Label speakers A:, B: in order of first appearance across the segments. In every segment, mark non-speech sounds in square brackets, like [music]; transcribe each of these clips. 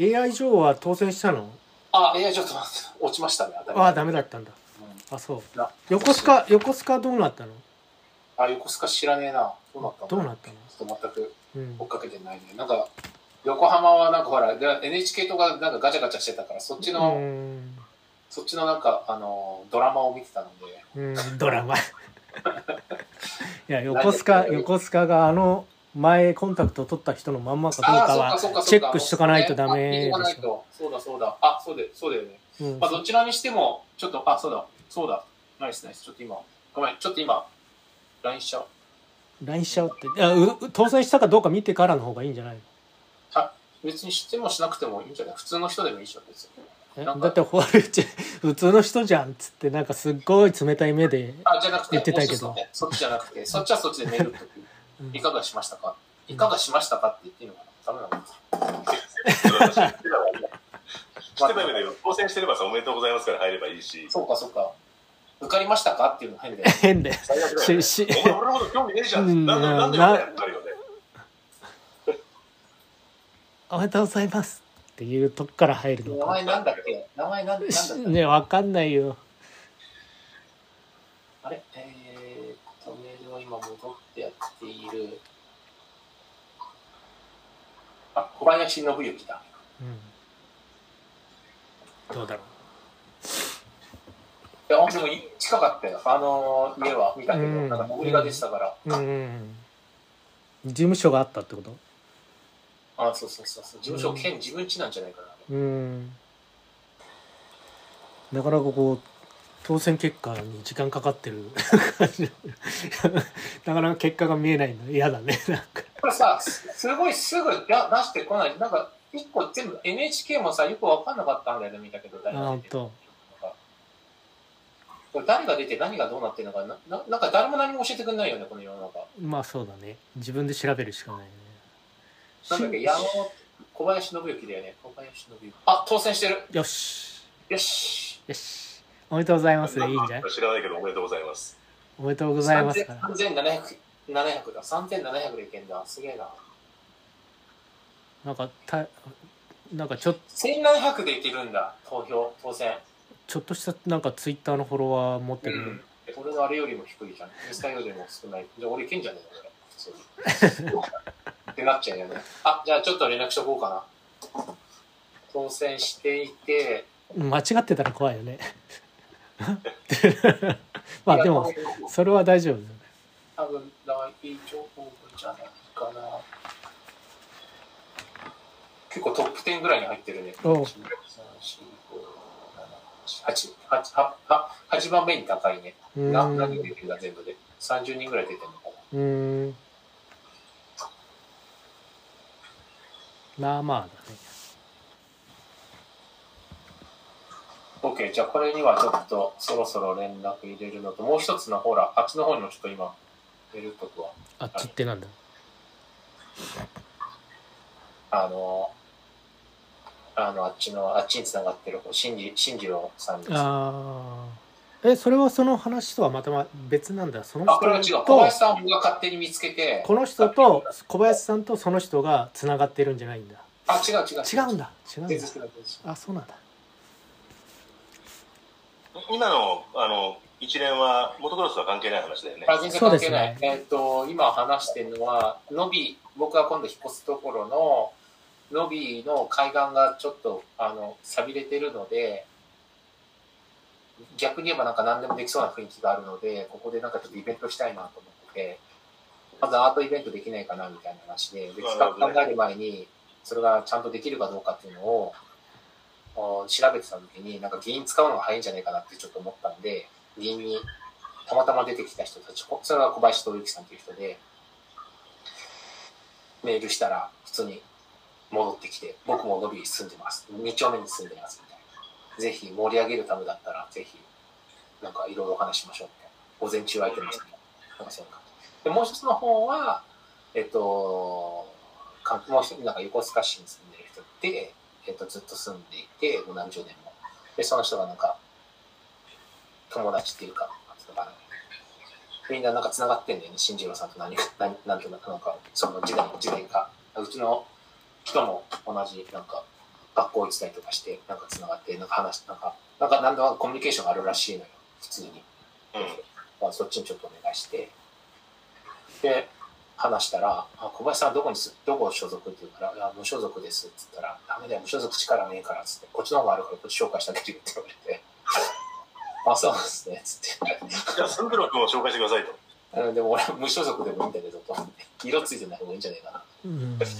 A: AI 女王は当選したの
B: あ、いや、ちょっと待って。落ちましたね、当たり
A: ああダメだったんだ
B: うん
A: あそう
B: な
A: 横須賀横須賀どうなったの
B: あ、横須賀知らねえな。どうなったの
A: どうなったの
B: ちょっと全く
A: うん
B: 追っかけてないね。なんか、横浜はなんかほら、で NHK とかなんかガチャガチャしてたから、そっちの、
A: うん
B: そっちのなんか、あの、ドラマを見てたので、
A: うんドラ
B: [laughs]
A: マいや横須賀横須賀があの前コンタクトを取った人のまんまかどうか
B: あ
A: は
B: ーそっかそっかそっか
A: チェックしとかないとダメで
B: あ見とかない
A: しょ
B: とそうだそうだ。あ、そうで、そうだよね。
A: うん
B: まあ、どちらにしても、ちょっと、あ、そうだ、そうだ。ナイスナイス。ちょっと今、ごめん、ちょっと今、LINE しちゃおう。
A: LINE しちゃうっていやうう当選したかどうか見てからの方がいいんじゃないの
B: 別にしてもしなくてもいいんじゃない普通の人でもいいじゃん、別に。
A: え
B: なんか
A: だってホワルチ普通の人じゃんっつってなんかすっごい冷たい目で、
B: あ、じゃなくて、
A: 言ってたけど
B: もうそうそうねそっちじゃなくて、そっちはそっちでメールっとく。
A: うん
B: いかがしましたかいかがしましたかって言っていいのかなダメなの
C: [laughs] 来てない目で当選してればさ、おめでとうございますから入ればいいし。
B: そうか、そうか。受かりましたかっていうの変だよね。
A: 変で
C: 最悪だよ
A: し
C: ね
A: し
C: お前俺のこと興味ねえじゃ
A: うん
C: ん。なんだなんだよ、みたいなのあるよね。
A: 「おめでとうございます」っていうとこから入るの
B: 名
A: か
B: 前なんだっけ名前なんなんだっけ
A: ねわかんないよ
B: あれえー、と、メールを今戻ってやっている。あ、小林信之だ。
A: うんどうだろ
B: いや、でもい近かったよ。あのー家は見たけど、
A: うん
B: なんか潜りが出てたから。
A: ううん事務所があったってこと
B: あ、そうそうそうそう。事務所
A: うん
B: 兼自分家なんじゃないかな。
A: うんなかなかこう当選結果に時間かかってる [laughs] 感じなかなか結果が見えないの嫌だねなんか
B: これさ、すすごいすぐ出出してこない。なんか、一個全部 NHK もさ、よくわかんなかったんだよね、見たけど、誰
A: あ
B: が出
A: 本
B: て。
A: 当
B: これ誰が出て何がどうなってるのかな、ななんか誰も何も教えてくれないよね、この世の中。
A: [laughs] まあそうだね自分で調べるしかないね
B: なんだっけ、山本、小林信之だよね。小林信之。あ、当選してる。
A: よし
B: よし。
A: よしおめでとうございますでいいんじゃない
C: 知らないけど、おめでとうございます。
A: おめでとうご
B: ご
A: ざいますから
B: 3700、700だ。3700でいけんだ。すげえな。
A: なんかたなんかちょ
B: 1700でいけるんだ。投票、当選。
A: ちょっとしたなんかツイッターのフォロワー持ってる、
B: うん俺のあれよりも低いじゃん。インスタよりも少ない。じゃあ俺いけんじゃねえの俺。普通にってなっちゃうよね。あ、じゃあちょっと連絡しとこうかな。当選していて、
A: 間違ってたら怖いよ
B: [laughs]
A: ねまあでも
B: いや、
A: それは大丈夫だよね
B: 多分大丈夫じゃないかな。結構トップ10ぐらいに入ってるね。
A: おう
B: 1 2 3 4 5 7 8 8 8 8番目に高いね。
A: う
B: な何
A: ー
B: 人
A: ん
B: 出てるんだ全部で。30人ぐらい出てるのかな。
A: うーんまあまあだね
B: OK、じゃあこれにはちょっとそろそろ連絡入れるのと、もう一つのほら、あっちの方にもちょっと今、入れるとくわ。
A: あっちってなんだ
B: あの、あの、あっちの、あっちに繋がってる方、新次、新次郎さんです。あ、
A: ああえそれはその話とはまたま別なんだその
B: これは違
A: 人
B: う。小
A: と
B: 林さんが勝手に見つけて、
A: この人と小林さんとその人がつながってるんじゃないんだ
B: あ、違う違う。
A: 違うん。だ違うんだ
B: 全然違う。
A: あそうなんだ
C: 今の、あの、一連は、モトクロスとは関係ない話だよね。
B: あ全然関係な
A: そうで
B: い。
A: す
B: えっ、と、今話してるのは、のび、僕が今度引っ越すところの、のびの海岸がちょっと、あの、錆びれてるので、逆に言えばなんか何でもできそうな雰囲気があるので、ここでなんかちょっとイベントしたいなと思ってて、まずアートイベントできないかなみたいな話で、で
C: なる
B: 企
C: ほ
B: 画
C: どね
B: 考える前に、それがちゃんとできるかどうかっていうのを、お調べてた時に、なんか議員使うのが早いんじゃないかなってちょっと思ったんで、議員にたまたま出てきた人たち、こそれが小林徹之さんという人で、メールしたら、普通に戻ってきて、僕も伸び住んでます。2丁目に住んでますみたいな。ぜひ盛り上げるためだったら、ぜひ、なんかいろいろお話ししましょうみたいな。午前中空いてますみたいな。なんかそういう感じで、もう一つの方は、えっと、かもう一人、なんか横須賀市に住んでる人で、えっと、ずっと住んでいて、もう何十年も。で、その人がなんか、友達っていうか、なんつうのかなみんななんか繋がってんだよね、新次郎さんと何か、何なんとなく、なんか、その時代、時代か。うちの人も同じ、なんか、学校行ってたりとかして、なんか繋がって、なんか話、なんか、なんか、なんとなくコミュニケーションがあるらしいのよ、普通に。
C: うん。
B: まあ、そっちにちょっとお願いしてで話したら「あ小林さんどこにすどこ所属?」って言うから「いや無所属です」っつったら「ダメだよ無所属力ねえから」っつって「こっちの方があるからこっち紹介したけるよ」って言われて「あそうなんですね」っつって
C: じゃあ、それぞれの紹介してくださいと。
B: あの「でも俺は無所属でもいいんだけど」と色ついてない方がいいんじゃないかな
A: うん
C: なる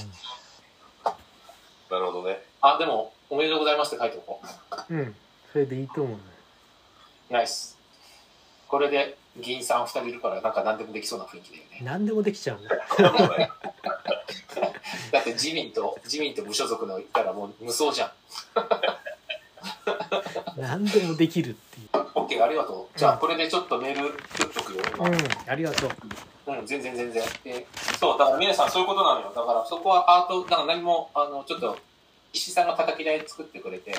C: ほどね。
B: あでも「おめでとうございます」って書いておこ
A: うんそれでいいと思うね
B: うナイスこれで議員さん2人いるからなんか何でもできそうな雰囲気だよ
A: [laughs]
B: ね
A: 何でもできちゃうね
B: だって自民と自民と無所属の言ったらもう無双じゃん
A: 何でもできるっていう
B: OK ありがとうじゃあこれでちょっとメール打っとくよ今
A: うんありがとう
B: うん、全然全然。でそう、だから皆さんそういうことなのよ。だからそこはアート、なんか何も、あの、ちょっと、石井さんが叩き台作ってくれて、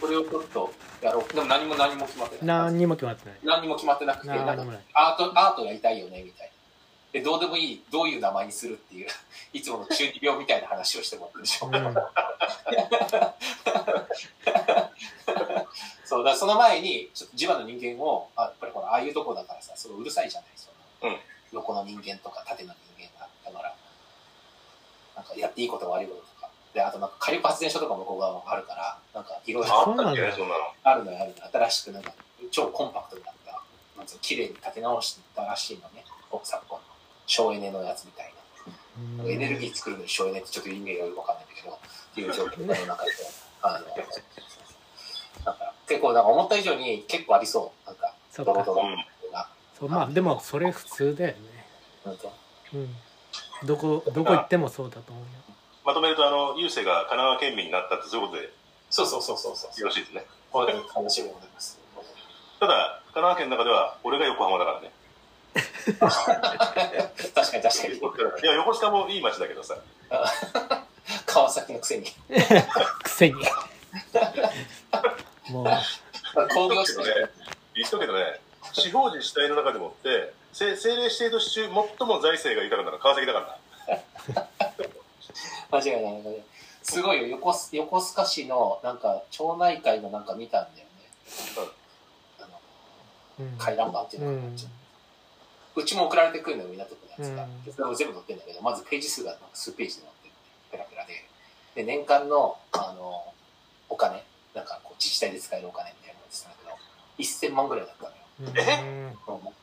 B: これをちょっとやろう。でも何も何も決まって
A: うん
B: ない。
A: 何にも決まってない
B: 何にも決まってなくて、な
A: 何に
B: ん
A: も
B: か
A: ない
B: アート、アートやりたいよね、みたいな。で、どうでもいい、どういう名前にするっていう、 [laughs] いつもの中二病みたいな話をしてもらったでしょ。 [laughs] そう、だからその前に、ちょっと地場の人間を、あやっぱりほら、ああいうとこだからさ、そのうるさいじゃないですか。
C: うん
B: 横の人間とか縦の人間が、だから、なんかやっていいこと悪いこととか。で、あとなんか火力発電所とか向こう側もあるから、なんかいろい
A: あ
B: ろ
A: そうなんだ
C: あったっけねそんなの。
B: あるのよあるのよ新しくなんか、超コンパクトになった、なんつうの綺麗に立て直したらしいのね。昨今の省エネのやつみたいな。
A: うん
B: エネルギー作るのに省エネってちょっと意味がよくわかんないんだけど、っていう状況の中で、あの、なんか結構なんか思った以上に結構ありそう。なんか、
A: そ
B: ド
A: うか
B: ロドロ
C: う
B: が。
A: そうまあでもそれ普通だよね
B: なんか
A: うんどこどこ行ってもそうだと思うよ
C: ん。まとめると、あの、郵政が神奈川県民になったって、そういうことでよ
B: そうそうそうそうそう。
C: ろしいですね。
B: これ楽しみでございます。
C: ただ、神奈川県の中では、俺が横浜だからね。
B: 確かに確かに。
C: いや、横須賀もいい街だけどさ。
B: 川崎のくせに。
A: く [laughs] せにもう
B: 工業地帯
C: 言っとくけどね、地方自治体の中でもって、せ政令指定都市中、最も財政が豊かなのは川崎だからな。
B: 間違いない間違いない。すごいよ。横須横須賀市のなんか町内会のなんか見たんだよね。あの
A: うん
B: 回覧板っていうのかな、うちも送られてくるのよ、港区のやつが。
A: うん
B: それも全部載ってるんだけど、まずページ数がなんか数ページで載ってるペラペラで。で、年間の、あの、お金、なんかこう自治体で使えるお金みたいなのが出てたんだけど、1000万ぐらいだったのよ。
A: うんえ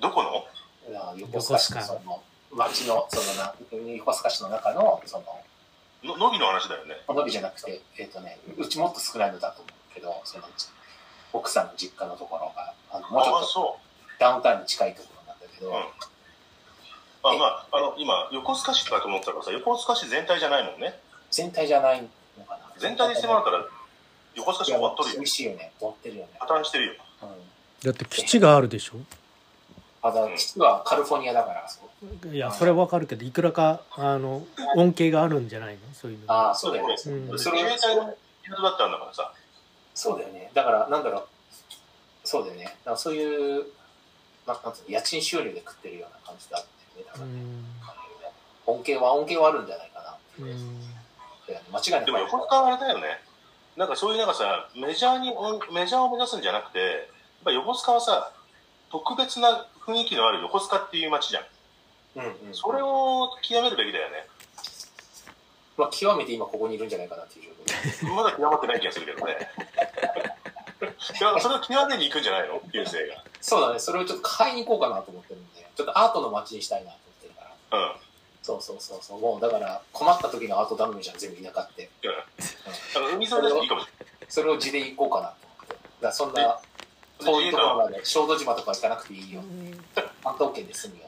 C: どこの
B: だから横須賀市の
A: 横須
B: そ
A: 賀
B: の、町の、そのな、横須賀市の中の、その、
C: ののびの話だよね。
B: おのびじゃなくて、えっ、とね、うちもっと少ないのだと思うけど、その、奥さんの実家のところが、あのもうちょっ
C: ああ、
B: と
C: そ
B: ダウンタウンに近いところなんだけど、
C: うんう。あ、まあ、あの、今、横須賀市とかと思ってたからさ、横須賀市全体じゃないもんね。
B: 全体じゃないのかな。
C: 全体でしてもらったら、横須賀市終わっとるよ
B: 厳。しいよね。終わってるよね。
C: 破綻してるよ。
B: うん。
A: だって基地があるでしょ
B: あだから実はカルフォルニアだから。そう
A: いやそれはわかるけどいくらかあの恩恵があるんじゃないのそういうの
B: ああ、そうだよね。
A: うん
B: それ
C: 自衛隊の港だったんだからさ。
B: そうだよね。だから、なんだろう。そうだよね。だからそういう、なんなんつうの、家賃収入で食ってるような感じだったよね。だ
A: う
B: から
A: ん
B: 恩恵は、恩恵はあるんじゃないかなって
A: う
B: いう。
A: ん
B: だよね間違いなく。
C: でも横須賀はあれだよね。なんかそういうなんかさ、メジャーに、メジャーを目指すんじゃなくて、やっぱ横須賀はさ、特別な雰囲気のある横須賀っていう街じゃん。
B: うんうん。
C: それを極めるべきだよね。
B: まあ、極めて今ここにいるんじゃないかなっていう状 [laughs] 況。
C: まだ極まってない気がするけどね。 [laughs] いやそれを極めに行くんじゃないの流星が。
B: そうだね。それをちょっと買いに行こうかなと思ってるんで、ちょっとアートの街にしたいなと思ってるから。
C: うん。
B: そうそうそうそう。もうだから困った時のアートダムじゃん、全部田舎って。
C: あの海沿いだといいかもし
B: それを地で行こうかなと思って。だからそんな
C: れな
B: 遠
C: い。
B: い
C: 自
B: とこ
C: 衛
B: ろ
C: 官
B: まで小豆島とか行かなくていいよ。関東圏で住む
C: [laughs]
B: よ。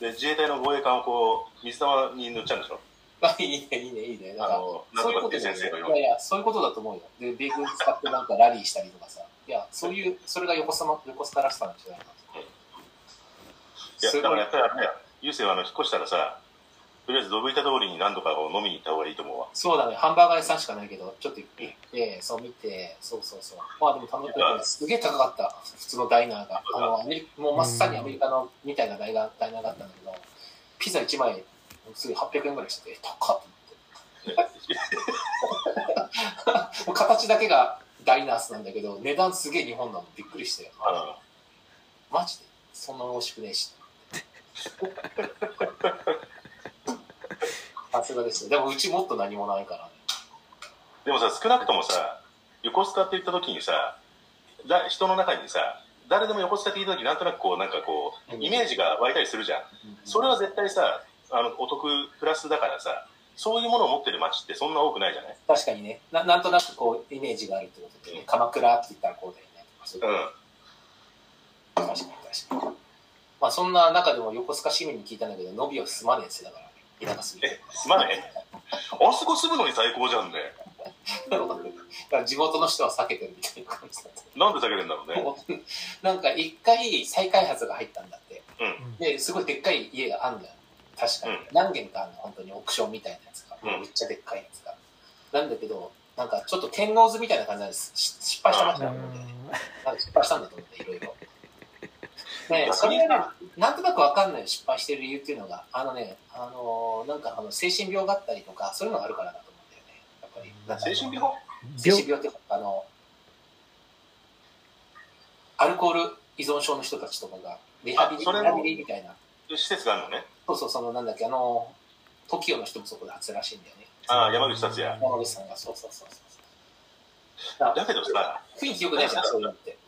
C: で自衛隊の護衛艦をこう、水玉に塗っちゃうんでしょ
B: あいいね、いいね、いいね。なん
C: あ
B: か
C: の、な
B: そ
C: ん
B: ういう
C: と
B: こ
C: か
B: と
C: って
B: だ
C: 先
B: よ
C: 生の
B: ね
C: よう
B: いやい
C: に。
B: や、そういうことだと思うよ。で、米軍使ってなんかラリーしたりとかさ。いや、そういう、それが横須賀横須賀らしさなんじゃないかなと。
C: いや、
B: す
C: だか
B: ごい
C: らやっぱりあれだよ。流星はあの、引っ越したらさ、とりあえずドブ板通りに何度かを飲みに行った方がいいと思うわ。
B: そうだね、ハンバーガー屋さんしかないけど、ちょっと行って、そう見て、そうそうそう。まあでも楽しかった。すげえ高かった、普通のダイナーが。あの、アメリカ、もうまさにアメリカのみたいなダイナーダイナーだったんだけど、ピザ1枚、すぐ800円ぐらいしてて、高っと思って。もう [laughs] 形だけがダイナースなんだけど、値段すげえ日本なのびっくりしたよ。
C: あ
B: マジでそんな美味しくねえし。 [laughs] さすがですね。でもうちもっと何もないからね。
C: のでもさ、少なくともさ、横須賀って言った時にさ、だ人の中にさ、誰でも横須賀って言った時なんとなくこう、なんかこう、イメージが湧いたりするじゃん。それは絶対さ、あの、お得プラスだからさ、そういうものを持ってる街ってそんな多くないじゃない
B: 確かにねな、なんとなくこうイメージがあるってことで、ね、鎌倉って言ったらこうだよねとかそういう
C: う
B: こ
C: ん。
B: と、確かに確かに。まあそんな中でも横須賀市民に聞いたんだけど、伸びはすまねえっすよだから、田舎すぎて。
C: すまねあそこ住むのに最高じゃんね。
B: だから地元の人は避けてるみたい [laughs] な感じだっ
C: なんで避けるんだろうね。
B: た。なんか一回再開発が入ったんだって。
C: うん
B: で、すごいでっかい家があるんだよ。確かに。
C: うん
B: 何軒かあるの、本当にオークションみたいなやつが。
C: うん
B: めっちゃでっかいやつが。なんだけど、なんかちょっと天王洲みたいな感じなんです。し失敗したらしい
A: うん
B: だよね。なんか失敗したんだと思って、いろいろ。
C: [laughs]
B: ね
C: い、や
B: それがねなんとなくわかんない失敗してる理由っていうのが、あのね、あのーなんかあの精神病があったりとか、そういうのがあるからだと思うんだよね。やっぱりなんか。
C: 精神病
B: 精神病っていうか、あの、アルコール依存症の人たちとかが、リハビリ
C: あそれ
B: リ
C: も
B: ハビリみたいな、
C: 施設があるのね。
B: そうそう、そのなんだっけ、あの、TOKIO の人もそこで初らしいんだよね。
C: ああ、山口達也。
B: 山口さんが、そうそうそうそう。だから
C: だけどさ、
B: 雰囲気良くないじゃん、そういうのって。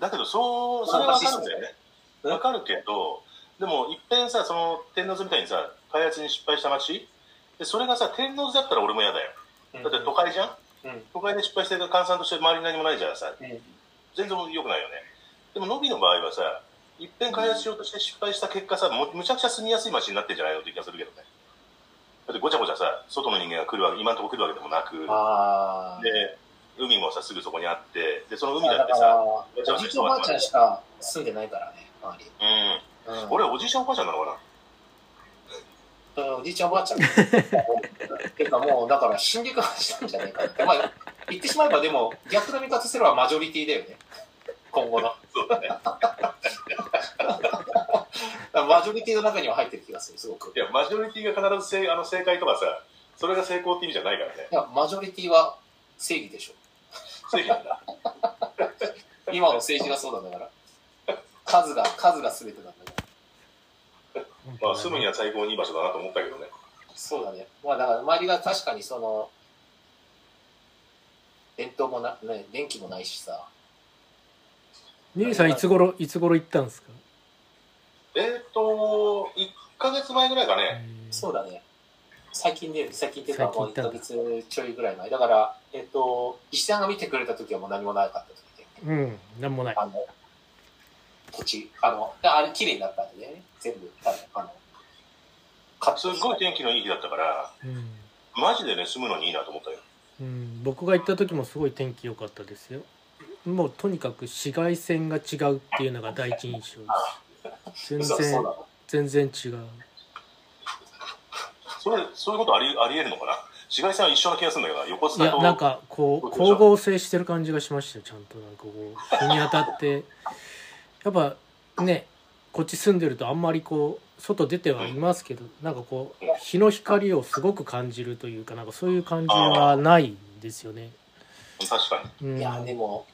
C: だけどそう、それはわかるんだよね。わかるけど、でも、いっぺんさ、その、天王洲みたいにさ、開発に失敗した街で、それがさ、天王洲だったら俺も嫌だよ。
B: だ
C: だって都会じゃん
B: うん
C: 都会で失敗してる閑散として周りに何もないじゃんさ、
B: うん
C: 全然良くないよね。でも、のびの場合はさ、いっぺん開発しようとして失敗した結果さ、もむちゃくちゃ住みやすい街になってんじゃないのって気がするけどね。だってごちゃごちゃさ、外の人間が来るわけ、今のところ来るわけでもなく、
B: ああ。
C: で、海もさ、すぐそこにあって、で、その海だ
B: だ
C: っ
B: か
C: てさ、
B: ら、おじいちゃんおばあちゃんしか住んでないからね、周り。
C: うん。
B: うん、
C: 俺、おじいちゃんおばあちゃんなのかな
B: うんおじいちゃんおばあち [laughs] ゃん。てかもう、だから死んでいく話なんじゃないかって。まあ、言ってしまえばでも、逆の見方すればマジョリティだよね。今後の。
C: そうだね。
B: マジョリティの中には入ってる気がする、すごく。い
C: いや、マジョリティが必ず正あの正解とかさ、それが成功って意味じゃないからね。
B: や、マジョリティは正義でしょ。
C: 正義な
B: [laughs]
C: んだ。
B: 今の政治がそうなんだから。数が、数が全てなんだから。
C: まあ、住むには最高にいい場所だなと思ったけどね。
B: そうだね。まあだから周りが確かにその、電灯もな、ね、電気もないしさ。
A: ニーさんいつ頃いつ頃行ったんですか、
C: えっ、ー、と、1ヶ月前ぐらいかね。
B: そうだね。最近で、最近っていうか
A: 最近
B: も
A: 行
B: う
A: った
B: 1
A: んだ
B: ヶ月ちょいぐらい前。だから、えっ、と、石田が見てくれた時はもう何もなかった時で、
A: うんなんもない
B: あの、土地、あの、あれ綺麗になったんでね、全部、多分あの、カ
C: すっごい天気のいい日だったから、
A: うん、
C: マジでね、住むのにいいなと思ったよ。
A: うん、僕が行った時もすごい天気良かったですよもうとにかく紫外線が違うっていうのが第一印象です全
B: そう
A: 然
B: だ
A: 全然違う
C: それ、そういうことありありえるのかな紫外線は一緒な気がするんだけどな、横須
A: い
C: 賀
A: や
C: と。
A: なんかこう光合成してる感じがしましたよちゃんとなんかこう日に当たってやっぱねこっち住んでるとあんまりこう外出てはいますけどなんかこう日の光をすごく感じるというかなんかそういう感じはないんですよね、
C: 確か
A: う
B: い
A: ん、
B: や、でも、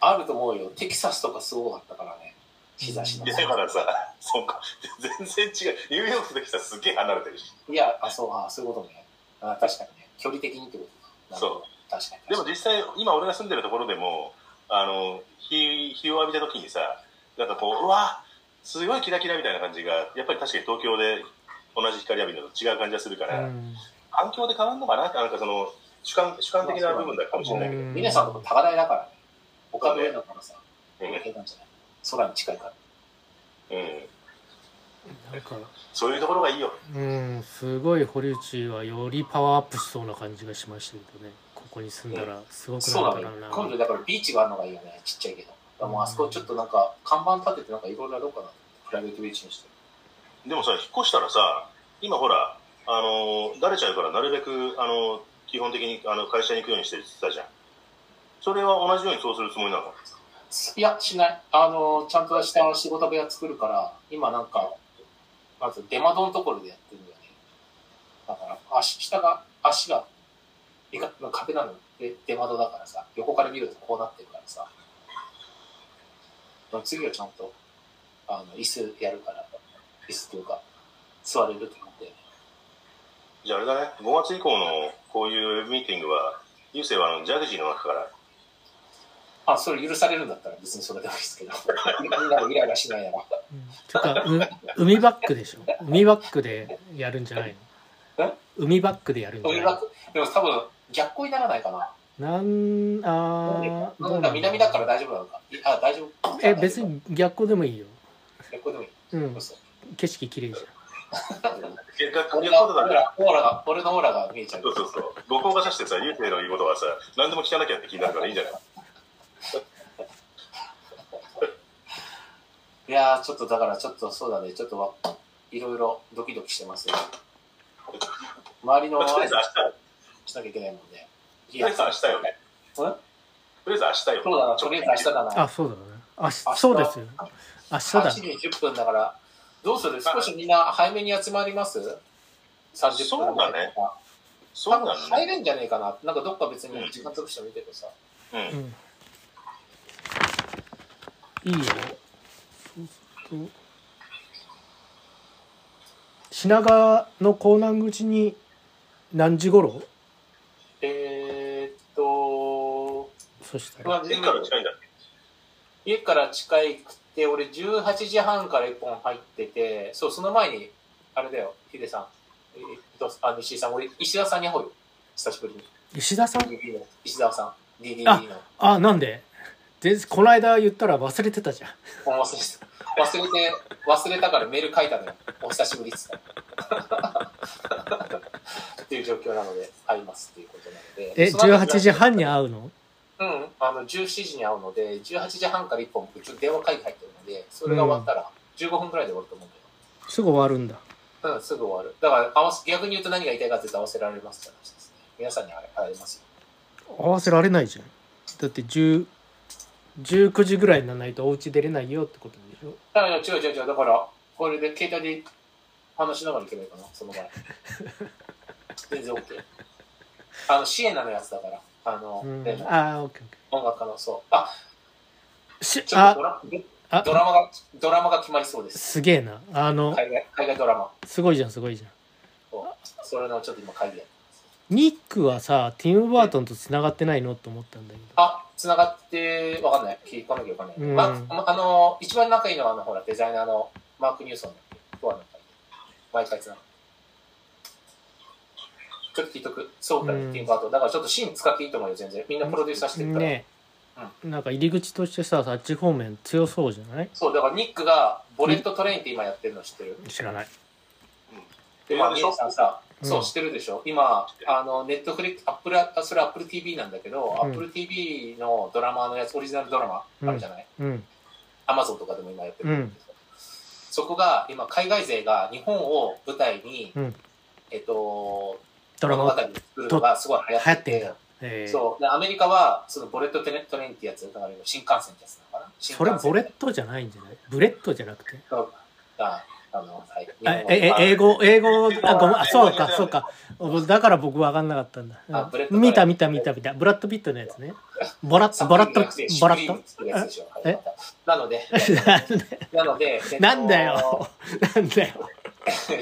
B: あると思うよ。テキサスとかすごかったからね。日差しの
C: に。。でだからさ、そうか、全然違う。ニューヨークと来たらすっげえ離れてるし。
B: いや、あ、そう、あ、そういうことね。あ確かにね。距離的にってことだなるほど確かに。
C: でも実際、今俺が住んでるところでも、あの、日、日を浴びた時にさ、なんかこう、うわすごいキラキラみたいな感じが、やっぱり確かに東京で同じ光浴びるのと違う感じがするか
A: う
C: ら、
A: ん、
C: 環境で変わるのかななんかその、主観、主観的な部分だかもしれないけど。
A: うん
B: 皆さんのとこ高台だからね。丘の上だからさ、
C: うん
B: 平なんじゃない空に近いから。
C: うん
A: なんか
C: そういうところがいいよ。
A: うんすごい堀内はよりパワーアップしそうな感じがしましたけどねここに住んだらすごく
B: そう
A: な
B: だ
A: る
B: ね
A: かな。
B: 今度だからビーチがあるのがいいよね。ちっちゃいけど。もうあそこちょっとなんか、看板立ててなんかいろいろやろうかな。プライベートビーチにして。
C: でもさ、引っ越したらさ、今ほら、あのだれちゃうからなるべくあの基本的にあの会社に行くようにしてるって言ってたじゃんそれは同じようにそうするつもりなの
B: いや、しない。あの、ちゃんとした仕事部屋作るから、今なんか、まず出窓のところでやってるんだよね。だから、足、下が、足が、でか壁なので出窓だからさ、横から見るとこうなってるからさ。でも次はちゃんと、あの、椅子やるから、椅子というか、座れると思って、
C: じゃああれだね5月以降のこういうウェブミーティングは郵政はあのジャグジーの枠から
B: あ、それ許されるんだったら別にそれでもいいですけど、 [laughs] みんながイライラしないやろ。
A: うんちょっとう海バックでしょ海バックでやるんじゃないの
B: え
A: 海バックでやるんじゃ
B: 俺
A: ない
B: はでも多分、逆光にならないかな。
A: なんあー
B: なんだ南だから大丈夫なのか。いあ、大丈夫。
A: え別。に逆光でもいいよ、
B: え、これでもいい。
A: うん
B: そう、そう
A: 景色綺麗じゃん
C: 結果こう
B: 俺
C: いう
B: が
C: こ
B: オ
C: と
B: ー
C: だね
B: ラオーラが、俺のオーラが見えちゃう
C: そ。うそうそう五光がさしてさ郵政の言うことはさ何でも聞かなきゃって気になるからいいんじゃない
B: いやー、ちょっとだから、ちょっとそうだね、ちょっとわ、いろいろドキドキしてますよ。周りの
C: まあとり
B: 挨
C: あえ
B: 拶
C: ず
B: しなきゃいけないもんね。い
C: 明日とりあえず明日よね
B: そう
C: とりあえず明日よ
B: だな、とりあえず明日だな。
A: あそうだねあし
B: 明日
A: そうですよ明日だ
B: 8時10分だから、どうする少しみんな早めに集まります ?30 分
C: そうだね。そ
B: 多
C: う
B: 分
C: なん
B: 入
C: だね
B: れんじゃねえかな。なんかどっか別に時間潰してもいいけどさ。
C: うん
A: うんいいよそうすると品川の港南口に何時頃
B: えー、っと、
A: そしたら
B: まあ
C: 駅から近いんだ
B: 家から近いくて、俺18時半から1本入ってて、そう、その前に、あれだよ、ヒデさん、えーどうすあの石井さん、俺、石田さんに会おうよ、久しぶりに。
A: 石田さん
B: DD の、石田さん、DDD
A: あ
B: の。
A: あなんで全然この間言ったら忘れてたじゃん
B: もう忘れて、忘れて、忘れたからメール書いたのよ。お久しぶりっつ [laughs] った。っていう状況なので、会いますっていうことなので。
A: え
B: その後
A: 18時半に会うの
B: うん、あの17時に会うので、18時半から1本、ちょっと電話会議入ってるので、それが終わったら、15分くらいで終わると思うけ
A: すぐ終わるんだ
B: ど、うん、すぐ終わる。だから合わせ、逆に言うと何が言いたいかって言うと合わせられますって話ですね。皆さんにあれありますよ。
A: 合わせられないじゃんだって10 19時ぐらいにならないとお家出れないよってことでしょ
B: だから、違う違う違う、だから、これで携帯で話しながらいけばいいかな、その
A: [laughs]
B: 前。全然 OK。あの、シエナのやつだから、あの、
A: うん
B: 例の
A: あーオッケーオッケ
B: 音楽家の、そう。あ、
A: ーし
B: ちょっと
A: あ
B: ドラ
A: あ
B: ドラマが、ドラマが決まりそうです。
A: すげえなあの、
B: 海外、海外ドラマ。
A: すごいじゃんすごいじゃん
B: それのちょっと今会議やってます。
A: ニックはさティム・バートンとつながってないのと思ったんだけど
B: あ、繋がって、わかんない。聞かなきゃわかんない。
A: うん
B: まあ、あの、一番仲いいのは、あの、ほら、デザイナーのマーク・ニューソンだっけとはなんか、毎回繋がってる。ちょっと聞いとく。そうだ
A: うん
B: ね、ティンパート。だからちょっとシーン使っていいと思うよ、全然。みんなプロデューサーしてるから。
A: ねえなんか入り口としてさあっち方面強そうじゃない
B: そう、だからニックが、ボレットトレインって今やってるの知ってる。
A: 知らない
B: で、
C: うん
B: まあ、ミネさんさ、
A: うん
B: そう、知ってるでしょ。今、あの、ネットフリック、アップル、あそれアップル TV なんだけど、
A: う
B: ア
A: ん
B: ップル TV のドラマのやつ、オリジナルドラマあるじゃない
A: うん
B: アマゾンとかでも今やってる
A: うん
B: そこが今海外勢が日本を舞台に、
A: うん
B: えっと
A: ドラマ
B: 物語を作るのがすごい流行ってて
A: 流行ってんだえー
B: そうでアメリカはそのボレットトレトレインってやつだから新幹線ってやつなのかな新
A: それ
B: 幹線
A: ボレットじゃないんじゃないブレットじゃなくて
B: ああのはい日
A: あ
B: 本語
A: ええ
B: あ
A: 英語英語あごめんあそう
C: 英
A: か
C: 語じゃない
A: そうかだから僕分かんなかったんだ
B: あブレッ
A: う
B: ト
A: ん見た見た見た見たブラッド・ピットのやつねボラッボラッとボ
B: ボラ
A: ラ
B: ッ
A: ッ
B: と
A: と
B: 作るやつでしょ
A: え
B: はいまたなのでなのでえっ
A: [laughs]
B: と
A: なんだよなんだよ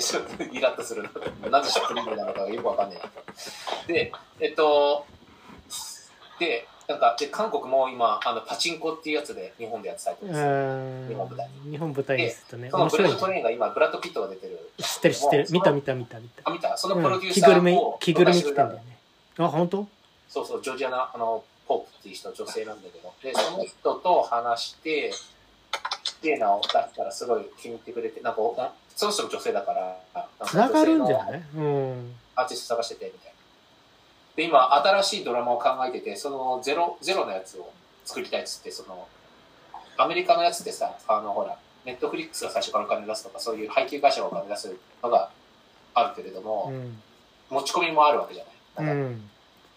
B: ちょっとイラッとするな。なぜシャプリングなのかがよくわかんないな。で、えっと、で、なんか、で、韓国も今、あの、パチンコっていうやつで、日本でやってたりと
A: う
B: かす
A: ーん
B: 日本舞台
A: 日本舞台ですとね
B: るその
A: 面
B: ブレ
A: 白いね
B: ッドトレインが今、ブラッド・ピットが出てる。
A: 知ってる知ってる見た見た見た見た
B: あ、見たそのプ
A: う
B: ロ
A: ん
B: デュー
A: 着
B: サ
A: ぐるみ
B: ーを、
A: 着ぐるみ着
B: 昔
A: て
B: の
A: んだよねあ本当
B: そうそう、ジョージアナ、あの、ポープっていう人、女性なんだけど。で、その人と話して、ティエナを出したらすごい気に入ってくれて、なんか、なその人も女性だから、なん
A: つながるんじゃ
B: い
A: ないうん
B: アーティスト探しててみたいな。で、今、新しいドラマを考えてて、そのゼロ、ゼロのやつを作りたいっつって、その、アメリカのやつってさ、あの、ほら、ネットフリックスが最初からお金出すとか、そういう配給会社がお金出すのがあるけれども、
A: うん
B: 持ち込みもあるわけじゃ
A: う
B: ない。なんか
A: ん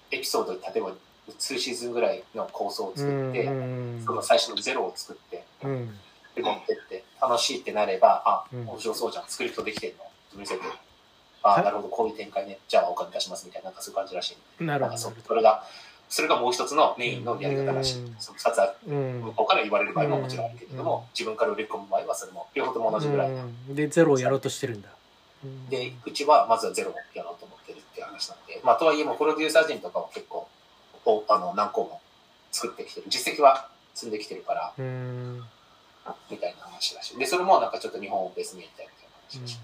B: エピソード、例えば2シーズンぐらいの構想を
A: う
B: 作っ
A: ん
B: て、
A: うん
B: その最初のゼロを作って、
A: うん
B: で持ってって、楽しいってなれば、あ、
A: うん
B: 面白そうじゃん、スクリプトできてんの見せて、あ
A: は
B: あ、
A: い
B: なるほど、こういう展開ね、じゃあお金出しますみたいな、なんかそういう感じらしい。
A: なる
B: なん
A: ほ
B: かそ
A: ど
B: うそれが、それがもう一つのメインのやり方らしい。
A: うん
B: その2つある。
A: うん
B: 向こうから言われる場合ももちろんあるけれども、
A: うん
B: 自分から売り込む場合はそれも両方とも同じぐらいな、
A: うんでゼロをやろうとしてるんだうん
B: でうちはまずはゼロをやろうと思ってるっていう話なんで、まあ、とはいえもうプロデューサー陣とかも結構おあの何個も作ってきてる実績は積んできてるから
A: うん
B: みたいな話だしでそれもなんかちょっと日本をベースにやりたいみたいな話だし、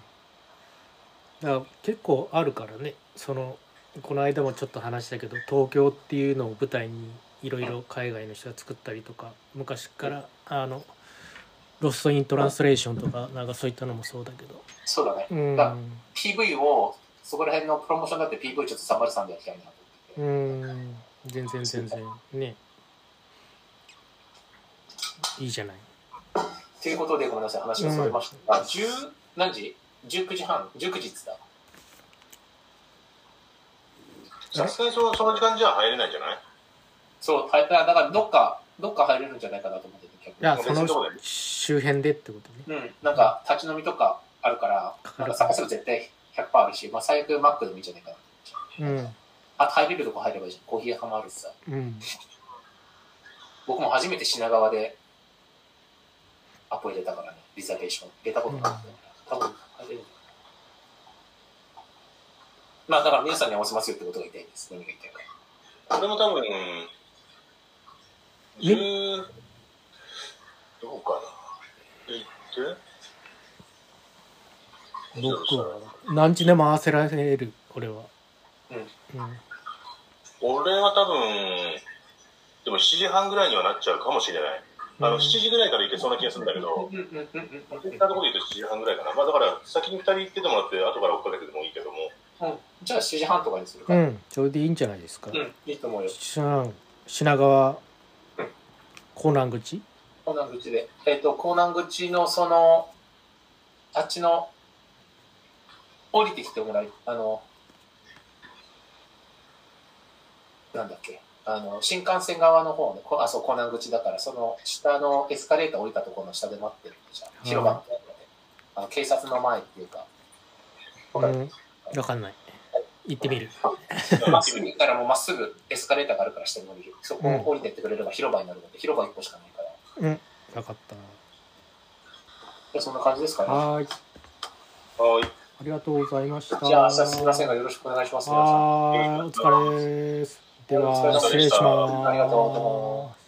A: だから結構あるからねそのこの間もちょっと話したけど東京っていうのを舞台にいろいろ海外の人が作ったりとか昔からあの「ロスト・イン・トランスレーション」とかなんかそういったのもそうだけど
B: そうだね
A: うん
B: だ PV をそこら辺のプロモーションだって PV ちょっとサマルさんでやりたいなと
A: う
B: 思ってて、
A: ん全然全然ねいいじゃない
B: ということでごめんなさい話がそれました、あ10何時19時半19時っつった
C: さすがにそのその時間じゃ入れないんじゃない
B: そう、はい、だからどっか、どっか入れるんじゃないかなと思ってて、
A: いや
B: 逆
A: そ
B: に
A: の周辺でってことね
B: うん、なんか立ち飲みとかあるから、
A: かか
B: なん
A: る
B: か探せば絶対100%あるし、まあ最悪マックでもいいんじゃないかな。
A: うん
B: あと入れるとこ入ればいいじゃん。コーヒー屋さんもあるしさ。
A: うん
B: 僕も初めて品川でアポ入れたからね、リザベーション。入れたことなかったから。多分入れる。まあだから皆さんに合わせますよってことが言いたいんです。何が言いたいか。
C: 俺も多分、10、どうかな。え
A: 僕は何時でも合わせられる俺はうん
C: 俺は多分、でも7時半ぐらいにはなっちゃうかもしれない。あの、7時ぐらいから行けそうな気がするんだけど、
B: うんうんうんうんうん
C: 行ったところで言うと7時半ぐらいかな。まあだから、先に2人行っててもらって、後から追っかけてもいいけども、
B: うん。じゃあ7時半とかにするか。
A: う
B: うん、
A: ん、それでいいんじゃないですか。
B: いいと思うよ。
A: しうん、品川、港南口
B: 港南口で。えっ、と、港南口のその、あっちの、降りてきてもらい、あの、なんだっけ、あの、新幹線側の方ね、こあ、そう、港南口だから、その下のエスカレーター降りたところの下で待ってるんじゃん。
A: い
B: 広場みたいなので。あの警察の前っていうか、
A: う
B: わかる
A: ん、わかんない。行ってみる。
B: まっすぐからもうまっすぐエスカレーターがあるから下に降りる。そこを降りてってくれれば広場になるので、広場一個しかないから。
A: うん、わかった。
B: でそんな感じですかね。
A: はーい、
C: はい。
A: ありがとうございました。
B: じゃあ、明日すみませんが、よろしくお願いします。皆さん
A: はーい、お疲れです。では、失礼します。
B: ありがとうございます